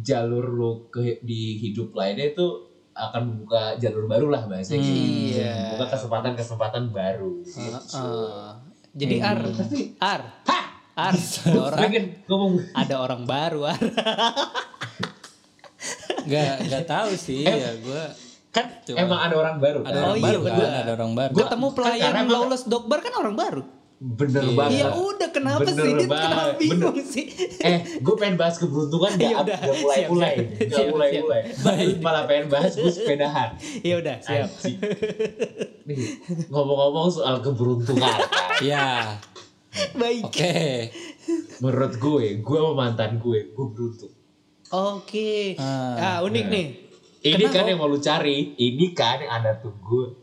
Speaker 3: jalur lo ke di hidup lainnya itu akan membuka jalur baru lah bahasanya.
Speaker 1: Hmm.
Speaker 3: gitu.
Speaker 2: Iya.
Speaker 3: Membuka kesempatan-kesempatan baru. gitu.
Speaker 2: Heeh. Jadi Ar, Ar,
Speaker 3: Ha!
Speaker 2: Ar, ada orang,
Speaker 3: Pengen ngomong
Speaker 2: ada orang baru, Ar.
Speaker 1: Gak gak tahu sih
Speaker 3: Eh,
Speaker 1: ya gue.
Speaker 3: kan
Speaker 2: Iya.
Speaker 1: Cuma-
Speaker 3: emang ada orang baru kan?
Speaker 1: Ada orang
Speaker 2: Oh iya,
Speaker 1: baru
Speaker 2: bener.
Speaker 1: kan? Ada orang baru.
Speaker 2: Gue temu
Speaker 3: karena
Speaker 2: pelayan
Speaker 3: emang-
Speaker 2: lawless dokbar kan orang baru.
Speaker 3: bener
Speaker 1: Iya.
Speaker 3: banget
Speaker 2: Ya udah kenapa
Speaker 3: Bener
Speaker 2: sih Dit?
Speaker 3: banget.
Speaker 2: Kenapa
Speaker 3: Bener.
Speaker 2: bingung sih?
Speaker 3: eh gue pengen bahas keberuntungan gak,
Speaker 2: Ya udah,
Speaker 3: gak mulai mulai
Speaker 2: siap, siap.
Speaker 3: gak
Speaker 2: Siap,
Speaker 3: mulai
Speaker 2: siap.
Speaker 3: mulai malah pengen bahas gue sepedahan
Speaker 2: Ya udah, siap.
Speaker 3: Anjing. Nih, ngomong-ngomong soal keberuntungan kan.
Speaker 1: Ya.
Speaker 2: Baik.
Speaker 1: Oke.
Speaker 3: menurut gue gue sama mantan gue gue beruntung
Speaker 2: Oke. Ah,
Speaker 1: Ah,
Speaker 2: unik nih.
Speaker 3: ini
Speaker 2: Kenapa?
Speaker 3: kan yang mau lu cari ini kan yang anda tunggu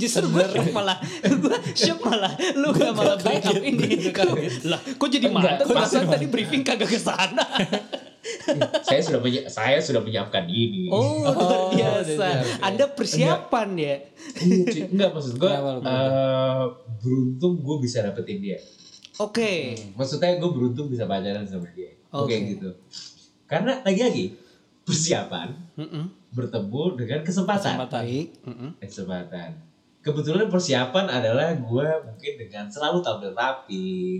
Speaker 2: Justru gue shock malah Gue shock malah Lu gak malah backup ini Lah kok jadi mantan
Speaker 3: Enggak, kok
Speaker 2: Perasaan tadi briefing kagak kesana
Speaker 3: saya sudah menyi- saya sudah menyiapkan ini
Speaker 2: Oh luar
Speaker 1: Oh,
Speaker 2: biasa
Speaker 1: iya, iya.
Speaker 2: Anda persiapan ya
Speaker 3: Iya, cuy. enggak maksud gue
Speaker 1: Kenapa lu
Speaker 3: eh, beruntung gue bisa dapetin dia
Speaker 2: Oke
Speaker 3: maksudnya gue beruntung bisa pacaran sama dia oke
Speaker 2: Oke.
Speaker 3: gitu karena lagi-lagi persiapan
Speaker 2: Mm-mm.
Speaker 3: bertemu dengan kesempatan
Speaker 1: Kesempatan.
Speaker 2: Baik Mm-mm.
Speaker 3: kesempatan kebetulan persiapan adalah gue mungkin dengan selalu tampil rapi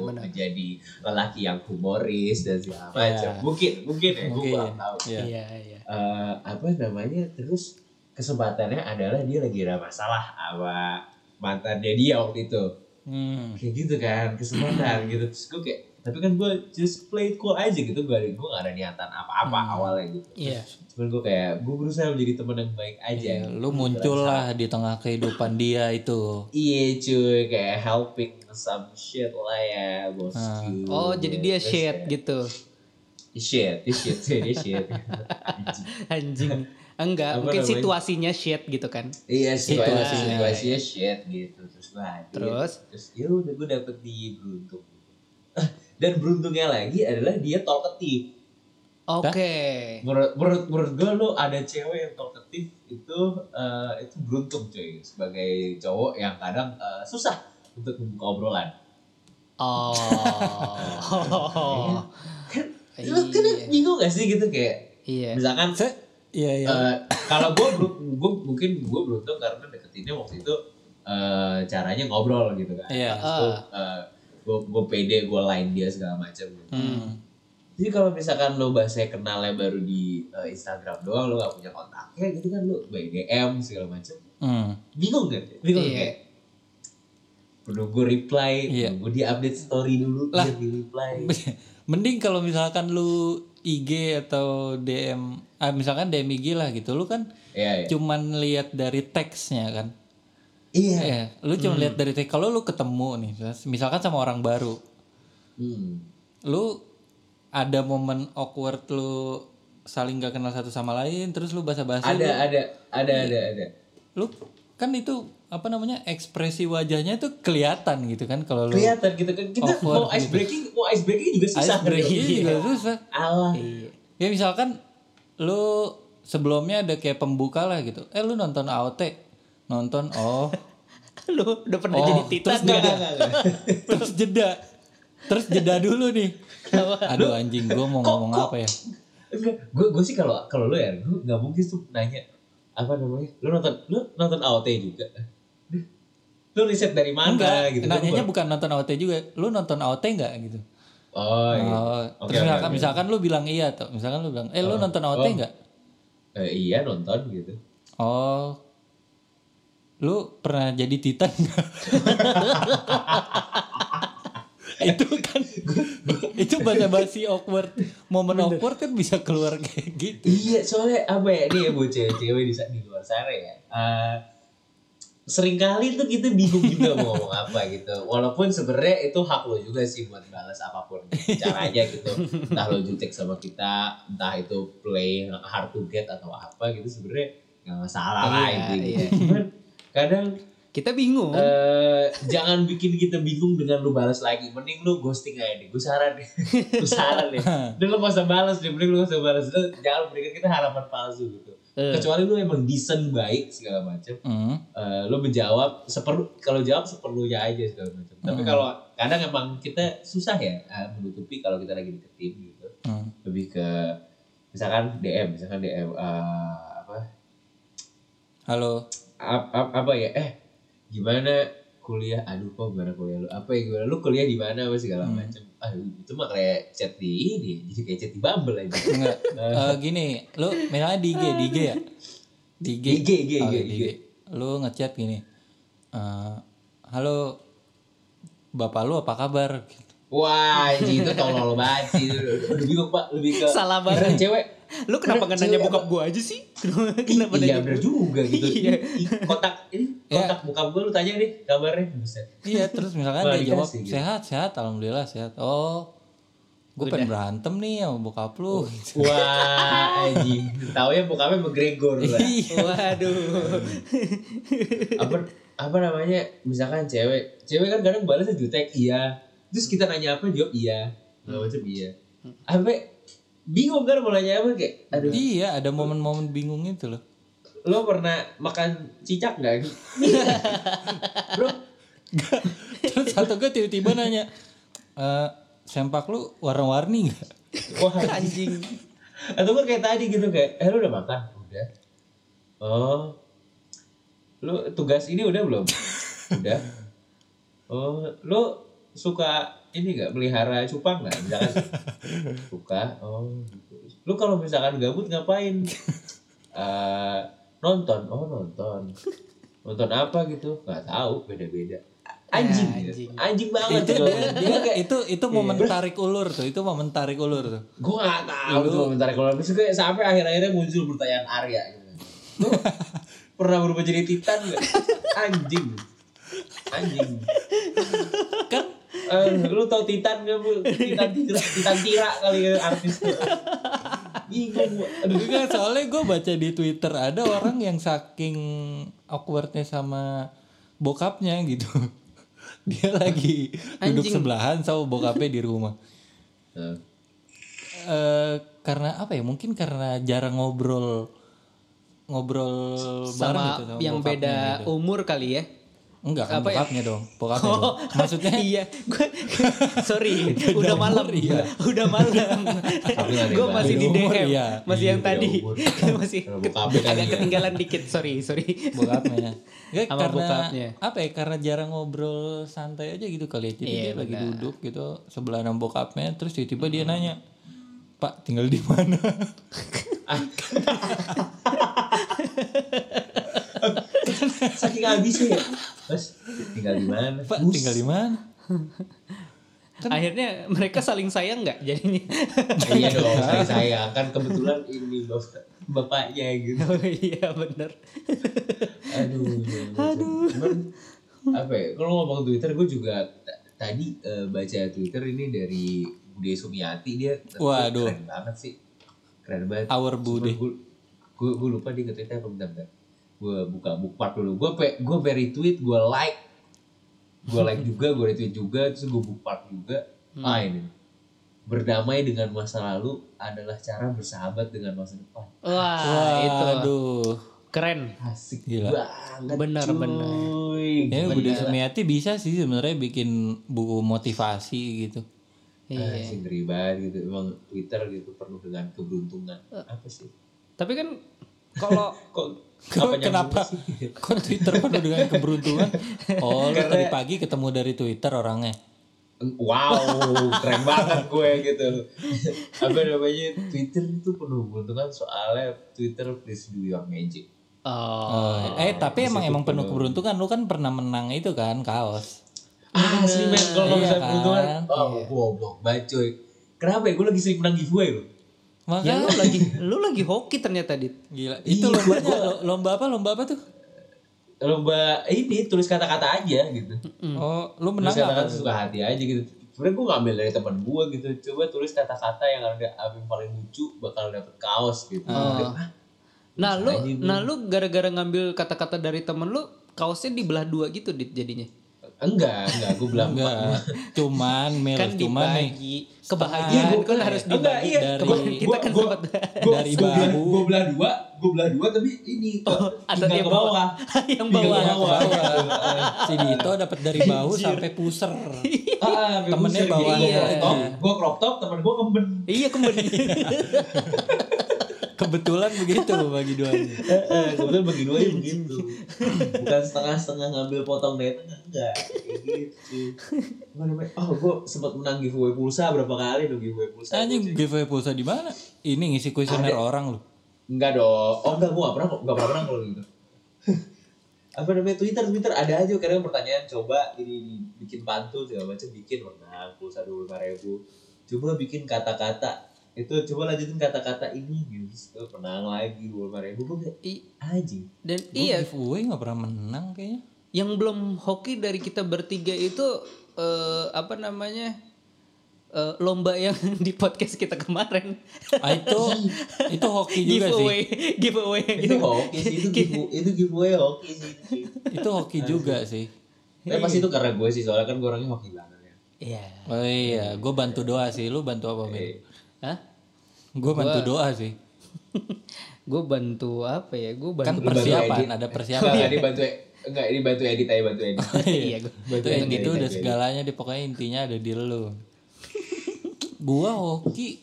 Speaker 2: Benar, benar.
Speaker 3: menjadi lelaki yang humoris dan
Speaker 1: Ya.
Speaker 3: segala macam mungkin mungkin ya gue
Speaker 1: Mungkin.
Speaker 3: kurang tahu
Speaker 1: Ya.
Speaker 2: Iya iya
Speaker 3: Eh, apa namanya terus kesempatannya adalah dia lagi ada masalah sama mantannya dia waktu itu
Speaker 1: Hmm.
Speaker 3: kayak gitu kan kesempatan gitu terus gue kayak tapi kan gue just play it cool aja gitu gue gue gak ada niatan apa-apa
Speaker 1: Hmm.
Speaker 3: awalnya gitu
Speaker 2: Iya
Speaker 3: cuman gue kayak gue berusaha menjadi teman yang baik aja
Speaker 1: Iya, lu muncul lah di tengah kehidupan dia itu.
Speaker 3: iya cuy kayak helping some shit lah ya bosku
Speaker 2: Oh jadi dia
Speaker 3: Terus
Speaker 2: shit
Speaker 3: kayak,
Speaker 2: gitu
Speaker 3: shit dia shit dia shit Anjing.
Speaker 2: Anjing Enggak
Speaker 3: Apa
Speaker 2: mungkin
Speaker 3: namanya?
Speaker 2: situasinya shit gitu kan
Speaker 3: Iya situasi
Speaker 1: Situasinya,
Speaker 3: situasinya shit gitu terus gue hadir.
Speaker 2: Terus?
Speaker 3: terus ya udah gue dapet di beruntung dan beruntungnya lagi adalah dia talkative
Speaker 2: Oke
Speaker 3: menurut menurut menurut gue lo ada cewek yang talkative itu eh, itu beruntung cuy sebagai cowok yang kadang eh, susah untuk membuka obrolan
Speaker 2: Oh
Speaker 3: Lu kan
Speaker 2: Iya.
Speaker 3: bingung gak sih gitu kayak
Speaker 2: Iya
Speaker 3: misalkan
Speaker 1: Se Iya iya.
Speaker 3: Eh, kalau gue mungkin gue beruntung karena deketinnya waktu itu eh, caranya ngobrol gitu kan.
Speaker 1: Iya.
Speaker 3: gue gue pede gue line dia segala macam. Gitu.
Speaker 1: Hmm.
Speaker 3: Jadi kalau misalkan lo bahasa kenalnya baru di eh, Instagram doang lo gak punya kontaknya gitu kan lo by DM segala macam.
Speaker 1: Hmm.
Speaker 3: Bingung kan? Bingung
Speaker 2: Iya.
Speaker 3: kayak perlu gue reply,
Speaker 1: Iya.
Speaker 3: gue di update story dulu,
Speaker 1: Lah.
Speaker 3: biar di reply.
Speaker 1: Mending kalau misalkan lu IG atau DM ah misalkan DM IG lah gitu lu kan
Speaker 3: Iya, iya.
Speaker 1: cuman lihat dari teksnya kan.
Speaker 3: Iya.
Speaker 1: Iya, lu cuma lihat dari teks. Kalau lu ketemu nih, terus misalkan sama orang baru,
Speaker 3: Hmm.
Speaker 1: lu ada momen awkward lu saling gak kenal satu sama lain, terus lu basa-basi.
Speaker 3: Ada, ada, ada, ada, ada.
Speaker 1: Lu kan itu apa namanya ekspresi wajahnya itu kelihatan gitu kan kalau lu
Speaker 3: kelihatan gitu kan kita mau
Speaker 1: Awkward
Speaker 3: ice breaking mau ice breaking juga susah kan.
Speaker 1: ice breaking juga susah.
Speaker 3: Allah
Speaker 1: gitu. Ya misalkan lu sebelumnya ada kayak pembuka lah gitu. Eh lu nonton AOT, nonton oh,
Speaker 2: Lu udah pernah
Speaker 1: Oh,
Speaker 2: jadi titan
Speaker 1: terus
Speaker 2: gak?
Speaker 1: dia- terus jeda. Terus jeda dulu nih. Aduh anjing gua mau ngomong apa ya?
Speaker 3: gue gue sih kalau kalau lu ya gue nggak mungkin tuh nanya apa namanya lu nonton lu nonton AOT juga lu riset dari mana
Speaker 1: Enggak,
Speaker 3: gitu
Speaker 1: nanyanya
Speaker 3: Gua-
Speaker 1: bukan nonton AOT juga. Lu nonton AOT enggak gitu?
Speaker 3: oh iya,
Speaker 1: Oh,
Speaker 3: Oke,
Speaker 1: terus
Speaker 3: oke,
Speaker 1: misalkan,
Speaker 3: oke.
Speaker 1: misalkan lu bilang iya tuh. Misalkan lu bilang, "Eh, lu nonton AOT
Speaker 3: oh.
Speaker 1: enggak?"
Speaker 3: Eh, iya nonton gitu
Speaker 1: Oh. Lu pernah jadi titan nggak? itu kan itu basa-basi awkward momen awkward kan bisa keluar kayak gitu
Speaker 3: iya soalnya apa ya nih ya buat cewek-cewek di, sa- di luar sana ya Eh seringkali tuh kita bingung juga mau ngomong apa gitu walaupun sebenarnya itu hak lo juga sih buat balas apapun caranya gitu entah lo jutek sama kita entah itu play hard to get atau apa gitu sebenarnya nggak masalah lah
Speaker 2: Iya,
Speaker 3: itu
Speaker 2: iya.
Speaker 3: cuman kadang
Speaker 2: Kita bingung
Speaker 3: eh, jangan bikin kita bingung dengan lu balas lagi mending lu ghosting aja deh gue saran deh gue saran deh dan lu gak usah balas deh mending lu gak usah balas Lu jangan berikan kita harapan palsu gitu
Speaker 2: Eh.
Speaker 3: kecuali lu emang decent baik segala macam
Speaker 1: Hmm.
Speaker 3: Eh, lo menjawab seperlu kalau jawab seperlunya aja segala macam. Tapi kalau kadang emang kita susah ya eh, menutupi kalau kita lagi deketin gitu.
Speaker 1: Hmm.
Speaker 3: Lebih ke misalkan DM, misalkan DM eh, apa
Speaker 1: halo
Speaker 3: ap- ap- apa ya eh gimana kuliah aduh kok gimana kuliah lu apa ya gimana lu kuliah di mana apa segala
Speaker 2: Hmm.
Speaker 3: macam aduh itu mah kayak chat di ini jadi kayak chat di Bumble aja
Speaker 1: Enggak.
Speaker 3: Nah.
Speaker 1: Eh, gini, lu misalnya di IG, di IG ya? Di IG.
Speaker 3: IG, IG,
Speaker 1: Oh,
Speaker 3: IG,
Speaker 1: di IG. Lu ngechat gini. eh, halo Bapak lu apa kabar? Gitu.
Speaker 3: wah anjing, itu tolol banget sih udah bingung pak lebih ke
Speaker 2: Salah banget.
Speaker 3: beneran cewek
Speaker 2: Lu kenapa
Speaker 3: Beneran
Speaker 2: nggak nanya
Speaker 3: cewek
Speaker 2: bokap gua aja sih? kenapa
Speaker 3: iya
Speaker 2: nanya
Speaker 3: bener
Speaker 2: gua?
Speaker 3: juga gitu
Speaker 2: Iya. Ya.
Speaker 3: Ini kotak ini kotak bokap gue lu tanya nih kabarnya buset
Speaker 1: Iya, terus misalkan
Speaker 3: Wah,
Speaker 1: dia jawab,
Speaker 3: dikasih gitu.
Speaker 1: "Sehat, sehat, alhamdulillah sehat." Oh. Gue pengen berantem nih sama bokap
Speaker 3: Oh,
Speaker 1: lu. Gitu.
Speaker 3: Wah, anjing. Taunya bokapnya McGregor lah.
Speaker 2: Iya.
Speaker 1: Iya.
Speaker 2: Waduh.
Speaker 3: Apa apa namanya? Misalkan cewek, cewek kan kadang balasnya jutek, iya. Terus kita nanya apa jawab iya. Enggak macam iya. Sampai bingung kan mau nanya apa kayak aduh
Speaker 1: Iya, ada momen-momen bingung itu loh.
Speaker 3: lo pernah makan cicak nggak bro
Speaker 1: Terus satu gue tiba-tiba nanya, "Eh, sempak lu warna-warni gak?
Speaker 3: wah
Speaker 2: Anjing.
Speaker 3: atau kan kayak tadi gitu kayak eh lo udah makan udah oh lo tugas ini udah belum udah oh lo suka ini nggak melihara cupang nggak misalkan suka oh lo kalau misalkan gabut ngapain Eh, nonton oh nonton nonton apa gitu nggak tahu beda beda anjing
Speaker 2: Anjing.
Speaker 3: anjing, anjing
Speaker 1: itu
Speaker 3: banget tuh.
Speaker 1: dia itu itu
Speaker 3: Iya.
Speaker 1: momen tarik ulur tuh itu momen tarik ulur tuh
Speaker 3: Gue gak tau tuh bentar kalau habis gue sampai akhir-akhirnya muncul pertanyaan Arya gitu. Lu pernah berubah jadi Titan gak? Anjing. Anjing.
Speaker 1: kan
Speaker 3: Eh, lu tau Titan gak bu? Titan Tira, Titan Tira kali ya artis tuh. Bingung gua. Aduh.
Speaker 1: enggak soalnya gue baca di twitter ada orang yang saking awkwardnya sama bokapnya gitu dia lagi duduk sebelahan sama bokapnya di rumah
Speaker 3: Nah,
Speaker 1: Eh karena apa ya mungkin karena jarang ngobrol ngobrol bareng
Speaker 2: Sama
Speaker 1: gitu sama
Speaker 2: yang beda
Speaker 1: bokapnya gitu.
Speaker 2: umur kali ya.
Speaker 1: enggak kan
Speaker 2: apa ya?
Speaker 1: bokapnya dong bokapnya dong. maksudnya
Speaker 2: iya gue sorry udah malam
Speaker 1: iya.
Speaker 2: udah malam
Speaker 3: Tapi ada
Speaker 2: gue
Speaker 3: yang
Speaker 2: masih di
Speaker 1: beda umur,
Speaker 2: DM
Speaker 1: iya.
Speaker 2: masih yang
Speaker 3: Iya,
Speaker 2: tadi
Speaker 3: umur.
Speaker 2: masih
Speaker 3: Kalau
Speaker 2: ke-
Speaker 3: bokapnya kan
Speaker 2: agak
Speaker 3: iya.
Speaker 2: ketinggalan dikit sorry sorry
Speaker 1: bokapnya Nggak,
Speaker 2: Sama
Speaker 1: karena
Speaker 2: bokapnya.
Speaker 1: apa ya karena jarang ngobrol santai aja gitu kali ya jadi
Speaker 2: Iya,
Speaker 1: dia lagi duduk gitu sebelah sama bokapnya terus tiba-tiba dia nanya pak tinggal di mana
Speaker 3: Saking habisnya ya. Mas, tinggal di mana?
Speaker 1: pak
Speaker 3: Bus.
Speaker 1: tinggal di mana Kan-
Speaker 2: akhirnya mereka saling sayang nggak jadinya
Speaker 3: Iya dong, saya sayang kan kebetulan ini bapak bapaknya gitu.
Speaker 2: oh, iya bener
Speaker 3: aduh ya aduh apa ya kalau ngomong Twitter gue juga t- tadi eh, baca Twitter ini dari Bude Sumiati dia
Speaker 1: Waduh.
Speaker 3: keren banget sih keren banget
Speaker 1: Our Bude.
Speaker 3: gue gue lupa di tweetnya apa bentar bentar gue buka bookmark dulu gue pe gue pe retweet gue like gue like juga gue retweet juga terus gue bookmark juga ah ini berdamai dengan masa lalu adalah cara bersahabat dengan masa depan
Speaker 2: wah itu
Speaker 1: waduh
Speaker 2: keren
Speaker 3: asik
Speaker 1: Gila.
Speaker 3: banget
Speaker 2: Benar,
Speaker 3: cuy.
Speaker 2: benar.
Speaker 1: ya Budi Sumiati bisa sih sebenarnya bikin buku motivasi gitu
Speaker 3: Ah, sih, ngeri banget gitu emang Twitter gitu penuh dengan keberuntungan apa sih
Speaker 2: tapi kan kalau
Speaker 3: kok
Speaker 1: Kok,
Speaker 3: apa nyambung
Speaker 1: kenapa
Speaker 3: sih?
Speaker 1: kok Twitter penuh dengan keberuntungan oh lu tadi pagi ketemu dari Twitter orangnya
Speaker 3: wow keren banget gue gitu apa namanya Twitter itu penuh keberuntungan soalnya Twitter please do your magic
Speaker 2: oh,
Speaker 1: Oh, eh tapi emang emang penuh keberuntungan lu kan pernah menang itu kan kaos
Speaker 3: ah asli men kalau
Speaker 1: Iya
Speaker 3: misalnya
Speaker 1: kan?
Speaker 3: keberuntungan oh goblok banget coy kenapa ya gue lagi sering menang giveaway loh
Speaker 2: ya
Speaker 1: makanya
Speaker 2: lu Iya. lagi lu lagi hoki ternyata dit
Speaker 1: Gila, itu lombanya lo- lomba apa? Lomba apa tuh?
Speaker 3: lomba ini tulis kata-kata aja gitu
Speaker 2: Hmm.
Speaker 1: Oh, lu menang
Speaker 3: Terus
Speaker 1: gak?
Speaker 3: kata-kata suka hati aja gitu. Sebenernya gue ngambil dari teman gue gitu. Coba tulis kata-kata yang ada apa yang paling lucu bakal dapet kaos gitu.
Speaker 2: Ah.
Speaker 3: Gitu. Hah?
Speaker 2: nah lu nah lu gara-gara ngambil kata-kata dari temen lu kaosnya dibelah dua gitu dit jadinya
Speaker 3: Enggak, enggak. Gue bilang
Speaker 1: Enggak, cuman Mel,
Speaker 2: kan
Speaker 1: cuman nih
Speaker 2: dibagi kebahagiaan
Speaker 3: Iya, gua-
Speaker 2: kan harus
Speaker 3: Enggak,
Speaker 2: dibagi
Speaker 3: iya.
Speaker 1: dari-
Speaker 3: Kemarin
Speaker 2: kita kan
Speaker 3: gua,
Speaker 2: sempat-
Speaker 3: gua,
Speaker 1: dari
Speaker 3: gua belah-
Speaker 1: bahu.
Speaker 3: Gua belah dua, gue belah dua tapi ini ke,
Speaker 2: Oh, ada
Speaker 3: tinggal
Speaker 2: yang
Speaker 3: ke
Speaker 2: bawah.
Speaker 3: bawah.
Speaker 2: Yang
Speaker 3: Tinggal
Speaker 2: bawah.
Speaker 3: ke
Speaker 1: Yang
Speaker 3: bawah.
Speaker 1: si Dito dapat dari bahu sampai puser.
Speaker 3: Ah, ah,
Speaker 1: Temennya
Speaker 3: bagus,
Speaker 1: bawah.
Speaker 3: Gue
Speaker 1: Iya.
Speaker 3: crop top, gua crop top, temen gue kemben.
Speaker 2: iya kembali
Speaker 1: Kebetulan begitu bagi duanya.
Speaker 3: Eh, eh, kebetulan bagi dua ya begitu bukan setengah-setengah ngambil potong dari tengah enggak kayak gitu Apa namanya? oh gue sempat menang giveaway pulsa berapa kali dong giveaway pulsa
Speaker 1: Anjing giveaway pulsa di mana? Ini ngisi kuesioner orang loh.
Speaker 3: enggak dong oh enggak gue gak pernah kok gak pernah menang kalau gitu apa namanya Twitter Twitter ada aja kadang pertanyaan coba ini bikin pantun segala macam bikin menang pulsa dua ribu coba bikin kata-kata itu coba lanjutin kata-kata ini gitu menang lagi dua ribu gue kayak
Speaker 2: I-
Speaker 3: anjing
Speaker 2: dan
Speaker 1: Gua
Speaker 2: iya
Speaker 1: giveaway nggak pernah menang kayaknya.
Speaker 2: yang belum hoki dari kita bertiga itu eh, apa namanya eh, lomba yang di podcast kita kemarin
Speaker 1: Ah, itu itu hoki juga sih.
Speaker 2: giveaway giveaway
Speaker 3: itu hoki sih itu giveaway itu giveaway hoki sih
Speaker 1: Itu hoki juga sih.
Speaker 3: tapi pasti itu karena gue sih soalnya kan gue orangnya hoki banget ya
Speaker 2: iya
Speaker 1: Oh iya, gue bantu doa sih. Lu bantu apa, Min?
Speaker 2: Hah?
Speaker 1: Gue bantu doa sih.
Speaker 2: gue bantu apa ya gue
Speaker 1: Kan
Speaker 2: bantu
Speaker 1: persiapan, ada persiapan.
Speaker 3: Enggak, ini bantu enggak ini bantu e- edit aja bantu edit
Speaker 1: iya,
Speaker 2: gua-
Speaker 1: itu yang gitu udah segalanya di pokoknya intinya ada di lu. gua hoki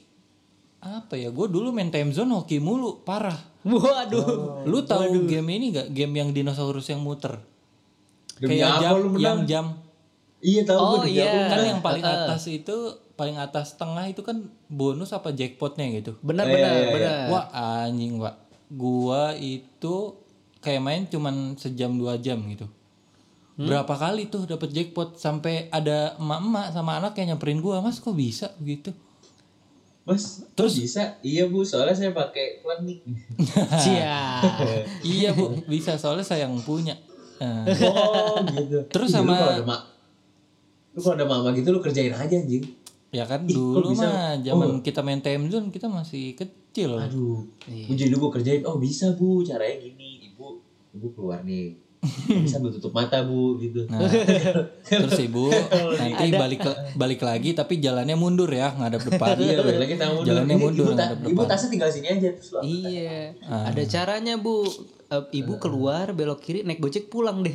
Speaker 1: apa ya? Gua dulu main time zone hoki mulu, parah.
Speaker 2: waduh
Speaker 1: Lu tahu game ini gak? Game yang dinosaurus yang muter.
Speaker 3: demi
Speaker 1: Kayak
Speaker 3: apa
Speaker 1: jam,
Speaker 3: lu
Speaker 1: yang
Speaker 3: menang
Speaker 1: jam.
Speaker 3: iya tahu
Speaker 2: Oh,
Speaker 3: gue demi apa
Speaker 2: iya.
Speaker 1: Kan yang paling atas itu paling atas tengah itu kan bonus apa jackpotnya gitu.
Speaker 2: benar benar benar
Speaker 3: Iya.
Speaker 1: Wah Eh, anjing pak Gua itu kayak main cuman sejam dua jam gitu
Speaker 3: Hmm?
Speaker 1: Berapa kali tuh dapet jackpot Sampai ada emak-emak sama anak yang nyamperin gua Mas kok bisa gitu
Speaker 3: mas terus bisa iya bu soalnya saya pakai plan nih
Speaker 2: cia
Speaker 1: Iya bu bisa soalnya saya yang punya Nah,
Speaker 3: oh gitu
Speaker 1: Terus
Speaker 3: Ih, lu
Speaker 1: sama-
Speaker 3: kalau ada mak lu kalau ada mama gitu lu kerjain aja anjing
Speaker 1: Ya kan
Speaker 3: Ih, kok
Speaker 1: dulu
Speaker 3: bisa? Oh.
Speaker 1: mah zaman kita main time zone kita masih kecil
Speaker 3: aduh Bu, jadi gue kerjain oh bisa bu caranya gini ibu ibu keluar nih bisa tutup mata bu gitu
Speaker 1: Terus ibu
Speaker 3: Oh, iya.
Speaker 1: nanti balik balik lagi tapi jalannya mundur ya Ngadap depan
Speaker 3: Iya, balik lagi tahu
Speaker 1: Jalannya mundur,
Speaker 3: Ibu, ta-
Speaker 1: ngadep
Speaker 3: ibu tasnya tinggal sini aja terus lo.
Speaker 2: iya
Speaker 1: Ah.
Speaker 2: ada caranya bu Eh, ibu keluar belok kiri naik gojek pulang deh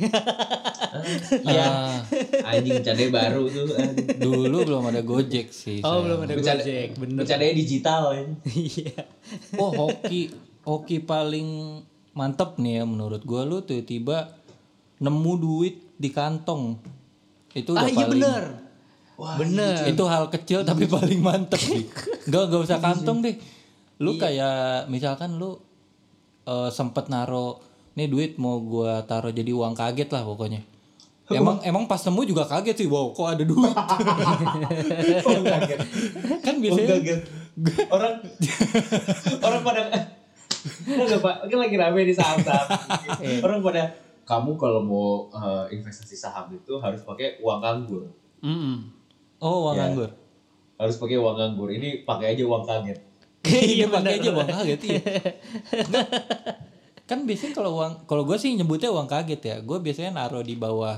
Speaker 1: Ah,
Speaker 3: Anjing bercandanya baru tuh. anjing.
Speaker 1: Dulu belum ada gojek sih
Speaker 2: oh belum ada
Speaker 3: Bercanda-
Speaker 2: gojek bener
Speaker 3: Bercandanya digital ya. anjing.
Speaker 2: iya
Speaker 1: Oh hoki hoki paling mantep nih ya menurut gua lu tiba-tiba nemu duit di kantong itu udah
Speaker 2: ah iya
Speaker 1: paling iya.
Speaker 2: bener iya. bener
Speaker 1: itu hal kecil tapi paling mantep sih nggak nggak usah kantong deh
Speaker 2: Iya.
Speaker 1: lu kayak misalkan lu eh, sempet naro nih duit mau gua taruh jadi uang kaget lah pokoknya emang emang pas nemu juga kaget sih wow kok ada duit
Speaker 3: Oh, kaget.
Speaker 1: kan
Speaker 3: Oh,
Speaker 1: biasanya
Speaker 3: kaget. Orang orang pada Lo gak, Pak? Mungkin lagi rame di saham-saham. Orang pada Eh. kamu kalau mau eh, investasi saham itu harus pakai uang nganggur.
Speaker 2: Mm-mm.
Speaker 1: oh
Speaker 2: Iya.
Speaker 1: uang
Speaker 3: Ya.
Speaker 1: nganggur
Speaker 3: Harus pakai uang nganggur. Ini pakai aja uang kaget.
Speaker 1: Iya pakai aja uang kaget iya. Nggak. kan biasanya kalau uang kalau gue sih nyebutnya uang kaget ya. Gue biasanya naro di bawah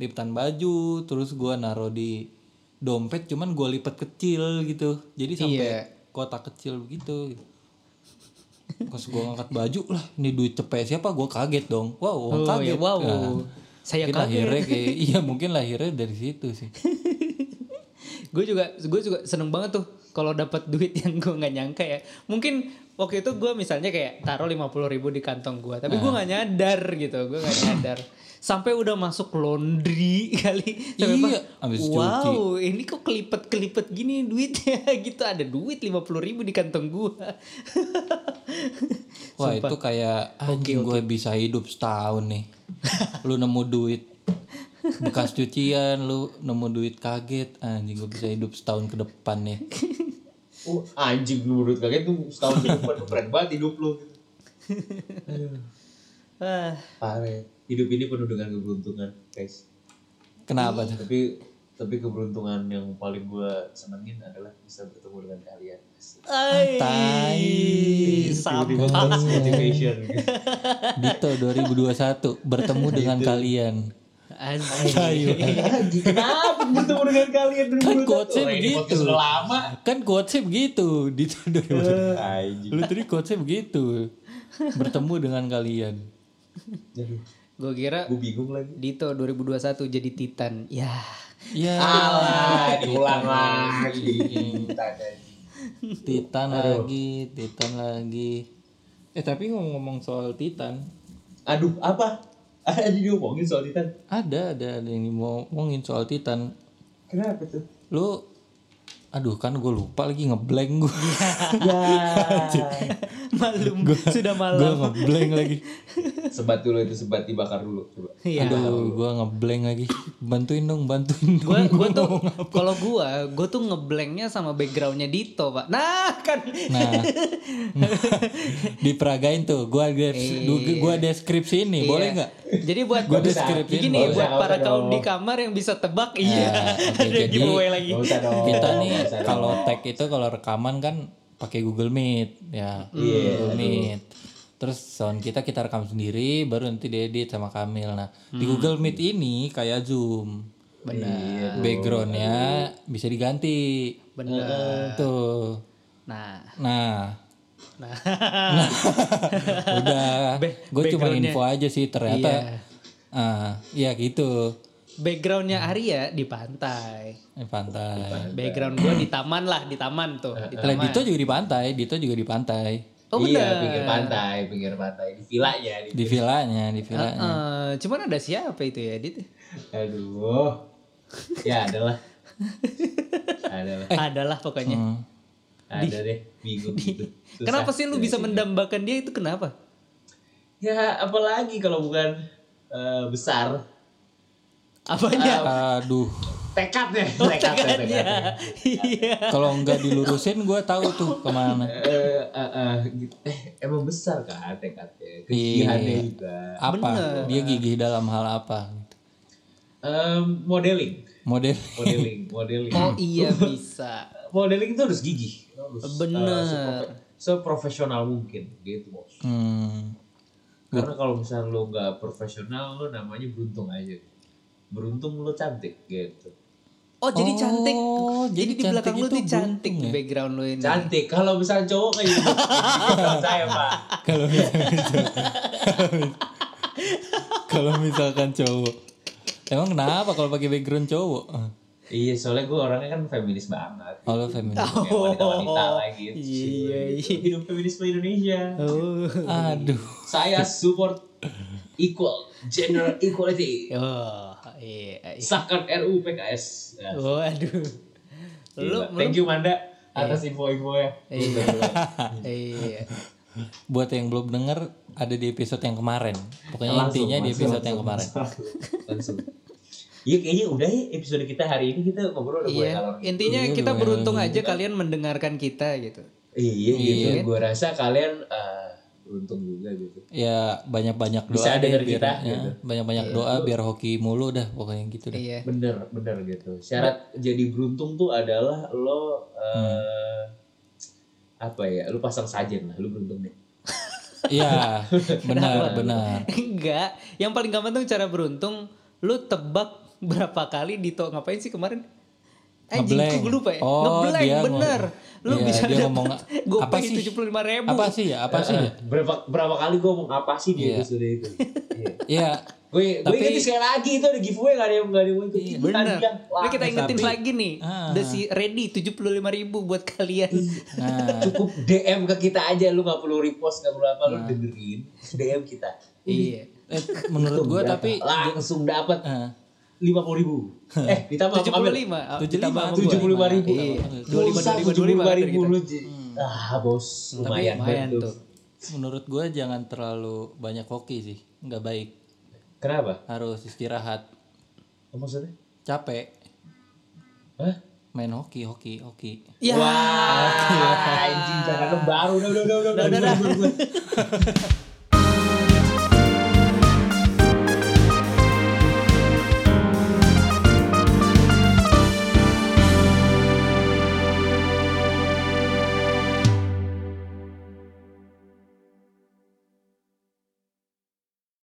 Speaker 1: lipetan baju, terus gue naro di dompet cuman gue lipat kecil gitu. Jadi sampai
Speaker 2: Iya.
Speaker 1: kotak kecil begitu. Pas gue ngangkat baju lah, ini duit cepet siapa? Gue kaget dong. Wow, uang
Speaker 2: Oh,
Speaker 1: kaget.
Speaker 2: ya, wow.
Speaker 1: Nah,
Speaker 2: Saya
Speaker 1: mungkin
Speaker 2: kaget.
Speaker 1: lahirnya kayak- iya mungkin lahirnya dari situ sih.
Speaker 2: gue juga gue juga seneng banget tuh kalau dapat duit yang gue nggak nyangka ya mungkin waktu itu gue misalnya kayak taruh lima puluh ribu di kantong gue tapi
Speaker 1: Ah.
Speaker 2: gue nggak nyadar gitu gue nggak nyadar sampai udah masuk laundry kali sampai
Speaker 1: Iya,
Speaker 2: pas,
Speaker 1: habis cuci.
Speaker 2: wow ini kok kelipet kelipet gini duitnya gitu ada duit lima puluh ribu di kantong gue
Speaker 1: Wah itu kayak anjing gue bisa hidup setahun nih. lu nemu duit bekas cucian, lu nemu duit kaget, anjing gue bisa hidup setahun ke depan nih.
Speaker 3: Oh, anjing lu menurut kaget tuh setahun ke depan tuh keren banget hidup lu.
Speaker 2: ah,
Speaker 3: Pare. Hidup ini penuh dengan keberuntungan, guys.
Speaker 1: Kenapa tuh?
Speaker 3: tapi tapi keberuntungan yang paling gue senengin adalah bisa bertemu dengan kalian
Speaker 2: ay,
Speaker 3: tiba-tiba quotes motivation gitu.
Speaker 1: Dito 2021 bertemu dengan kalian.
Speaker 2: Anjing.
Speaker 3: Anjing, kenapa bertemu dengan kalian dulu
Speaker 1: Kan quotesnya begitu.
Speaker 3: sudah lama Eh,
Speaker 1: Kan quotesnya begitu. Dito 2021.
Speaker 3: anjing
Speaker 1: Lu tadi quotesnya begitu. Bertemu dengan kalian.
Speaker 2: gue kira
Speaker 3: gue bingung lagi
Speaker 2: Dito 2021 jadi Titan ya
Speaker 1: Ya.
Speaker 3: alah diulang lagi
Speaker 1: Titan lagi, Titan lagi. Eh tapi ngomong-ngomong soal Titan,
Speaker 3: Aduh, apa? Ada diomongin soal Titan.
Speaker 1: ada ada ada yang mau ngomongin soal Titan.
Speaker 3: Kenapa tuh?
Speaker 1: Lu aduh kan gue lupa lagi ngeblank gue.
Speaker 2: Malum, Ya, sudah
Speaker 1: gue
Speaker 2: malam.
Speaker 1: ngeblank lagi.
Speaker 3: sebat dulu itu sebat dibakar dulu coba.
Speaker 2: Iya.
Speaker 1: Aduh, gue ngeblank lagi. Bantuin dong, bantuin dong.
Speaker 2: Gue gua tuh kalau gue, gue tuh ngeblanknya sama backgroundnya Dito pak. Nah kan.
Speaker 1: Nah, diperagain tuh. Gue gua deskripsi ini, boleh
Speaker 2: Iya.
Speaker 1: nggak?
Speaker 2: Jadi buat
Speaker 1: Gua deskripsiin,
Speaker 2: gini
Speaker 1: boleh. Nah,
Speaker 2: buat
Speaker 3: Nggak
Speaker 2: para
Speaker 3: usah
Speaker 2: kaum
Speaker 3: dong.
Speaker 2: di kamar yang bisa tebak iya.
Speaker 1: oke,
Speaker 2: Ada
Speaker 1: jadi-
Speaker 2: giveaway lagi.
Speaker 3: Gak usah dong.
Speaker 1: kita nih
Speaker 3: Gak usah dong.
Speaker 1: kalau tag itu kalau rekaman kan pakai Google Meet ya Google Meet terus sound kita kita rekam sendiri baru nanti diedit sama Kamil nah di Google Meet ini kayak Zoom benar backgroundnya bisa diganti benar tuh
Speaker 2: Nah,
Speaker 1: nah
Speaker 2: nah.
Speaker 1: udah gue cuma info aja sih ternyata ah ya gitu
Speaker 2: backgroundnya Arya di pantai.
Speaker 1: Ini pantai ya?
Speaker 2: Background gue di taman lah, di taman tuh. Di
Speaker 1: Lah,
Speaker 2: taman.
Speaker 1: Dito juga di pantai Dito juga di pantai
Speaker 2: Oh benar.
Speaker 3: iya, pinggir pantai, pinggir pantai di vilanya di.
Speaker 1: di villanya di villanya
Speaker 2: Eh, cuman ada siapa itu ya, Dit?
Speaker 3: Aduh. Ya adalah. adalah.
Speaker 2: Adalah pokoknya.
Speaker 1: Hmm,
Speaker 3: Ada deh, bingung gitu. Susah.
Speaker 2: Kenapa sih lu bisa mendambakan dia itu kenapa?
Speaker 3: Ya, apalagi kalau bukan eh, besar
Speaker 2: Apanya?
Speaker 1: Ah. Aduh,
Speaker 3: tekadnya, tekadnya, tekadnya.
Speaker 2: Iya.
Speaker 1: kalau nggak dilurusin gue tahu tuh kemana.
Speaker 3: Eh, eh, eh, gitu. Eh, emang besar kan tekadnya, kegigihannya
Speaker 1: Iya.
Speaker 3: juga.
Speaker 1: Apa? Dia gigih dalam hal apa? gitu.
Speaker 3: Em, modeling,
Speaker 1: Model.
Speaker 3: modeling, modeling.
Speaker 2: Oh iya bisa.
Speaker 3: modeling itu harus gigih harus
Speaker 2: Bener.
Speaker 3: uh, seprofe- seprofesional mungkin gitu bos
Speaker 1: Hmm.
Speaker 3: karena kalau misalnya lo nggak profesional lo namanya beruntung aja beruntung lo cantik gitu
Speaker 2: Oh jadi
Speaker 1: Oh,
Speaker 2: cantik.
Speaker 1: jadi
Speaker 2: Jadi, di
Speaker 1: cantik
Speaker 2: belakang lu
Speaker 1: itu
Speaker 2: tuh cantik
Speaker 1: beruntung
Speaker 2: di
Speaker 1: ya?
Speaker 2: background lu ini.
Speaker 3: cantik kalau misalnya cowok kayak gitu saya pak
Speaker 1: Kalau misalkan cowok. kalau misalkan cowok. Emang kenapa kalau pakai background cowok?
Speaker 3: iya soalnya gue orangnya kan feminis banget
Speaker 1: Kalau feminis.
Speaker 3: Kayak wanita-wanita lagi
Speaker 2: Oh.
Speaker 3: Gitu.
Speaker 2: Iya, iya.
Speaker 3: hidup feminisme Indonesia
Speaker 2: Oh.
Speaker 1: Aduh.
Speaker 3: saya support equal gender equality
Speaker 2: Oh, iya. iya.
Speaker 3: sahkan RUU PKS Ya,
Speaker 2: Waduh. Lu,
Speaker 3: Gila.
Speaker 2: lu
Speaker 3: Thank you Manda atas info-info ya.
Speaker 2: iya.
Speaker 1: Buat yang belum denger ada di episode yang kemarin. Pokoknya intinya di episode yang kemarin.
Speaker 3: Langsung. Iya kayaknya udah ya episode kita hari ini kita ngobrol udah mulai
Speaker 2: Iya.
Speaker 3: kalor.
Speaker 2: Intinya kita beruntung aja kalian mendengarkan kita gitu.
Speaker 3: Iya gitu. Gue rasa kalian eh, beruntung juga gitu.
Speaker 1: Ya banyak-banyak doa.
Speaker 2: Iya,
Speaker 3: Bisa
Speaker 1: deh
Speaker 3: denger
Speaker 1: biar-
Speaker 3: kita,
Speaker 1: ya, Banyak-banyak doa biar hoki mulu dah pokoknya gitu deh.
Speaker 2: Iya.
Speaker 3: Bener bener gitu. Syarat jadi beruntung tuh adalah lo eh, apa ya? Lo pasang sajen lah. Lo beruntung deh.
Speaker 1: Iya, benar benar.
Speaker 2: Enggak. Yang paling gampang tuh cara beruntung lu tebak berapa kali Dito ngapain sih kemarin? Anjing
Speaker 1: Ngeblank.
Speaker 2: gue lupa ya.
Speaker 1: Oh,
Speaker 2: Ngeblank
Speaker 1: dia
Speaker 2: bener. Lu
Speaker 1: Iya,
Speaker 2: bisa
Speaker 1: dia
Speaker 2: dapet
Speaker 1: ngomong, "Apa
Speaker 2: gopay
Speaker 1: sih?"
Speaker 2: tujuh puluh lima ribu.
Speaker 1: Apa sih ya? Apa sih? ya?
Speaker 3: Berapa berapa kali gue mau apa sih di
Speaker 1: Iya.
Speaker 3: episode itu? Iya.
Speaker 1: Iya.
Speaker 3: Gue gue
Speaker 1: Tapi- Iya,
Speaker 3: ingetin sekali lagi itu ada giveaway gak ada yang gak ada yang mau ikut.
Speaker 2: Bener.
Speaker 3: Tadi yang-
Speaker 2: Ini kita
Speaker 3: Wah,
Speaker 2: ingetin
Speaker 3: tapi-
Speaker 2: lagi nih.
Speaker 1: Ah.
Speaker 2: The si ready tujuh puluh lima ribu buat kalian.
Speaker 1: Nah,
Speaker 3: cukup DM ke kita aja lu nggak perlu repost nggak perlu apa lu
Speaker 1: Nah.
Speaker 3: dengerin DM kita
Speaker 2: iya.
Speaker 1: eh, menurut gua tapi
Speaker 3: langsung dapat
Speaker 1: eh,
Speaker 3: lima puluh ribu eh ditambah
Speaker 2: Tujuh puluh lima.
Speaker 3: tujuh puluh lima ribu
Speaker 2: Dua lima dua lima
Speaker 3: tujuh puluh ribu lu ji- ah bos lumayan
Speaker 2: lumayan
Speaker 3: banget
Speaker 2: tuh.
Speaker 3: tuh
Speaker 1: menurut gua jangan terlalu banyak hoki sih. nggak baik.
Speaker 3: kenapa
Speaker 1: Harus istirahat.
Speaker 3: Apa maksudnya
Speaker 1: Capek
Speaker 3: Hah?
Speaker 1: main hoki, hoki, hoki.
Speaker 2: Ya.
Speaker 3: Ah, Wah, anjing jangan baru udah udah udah udah udah udah, udah.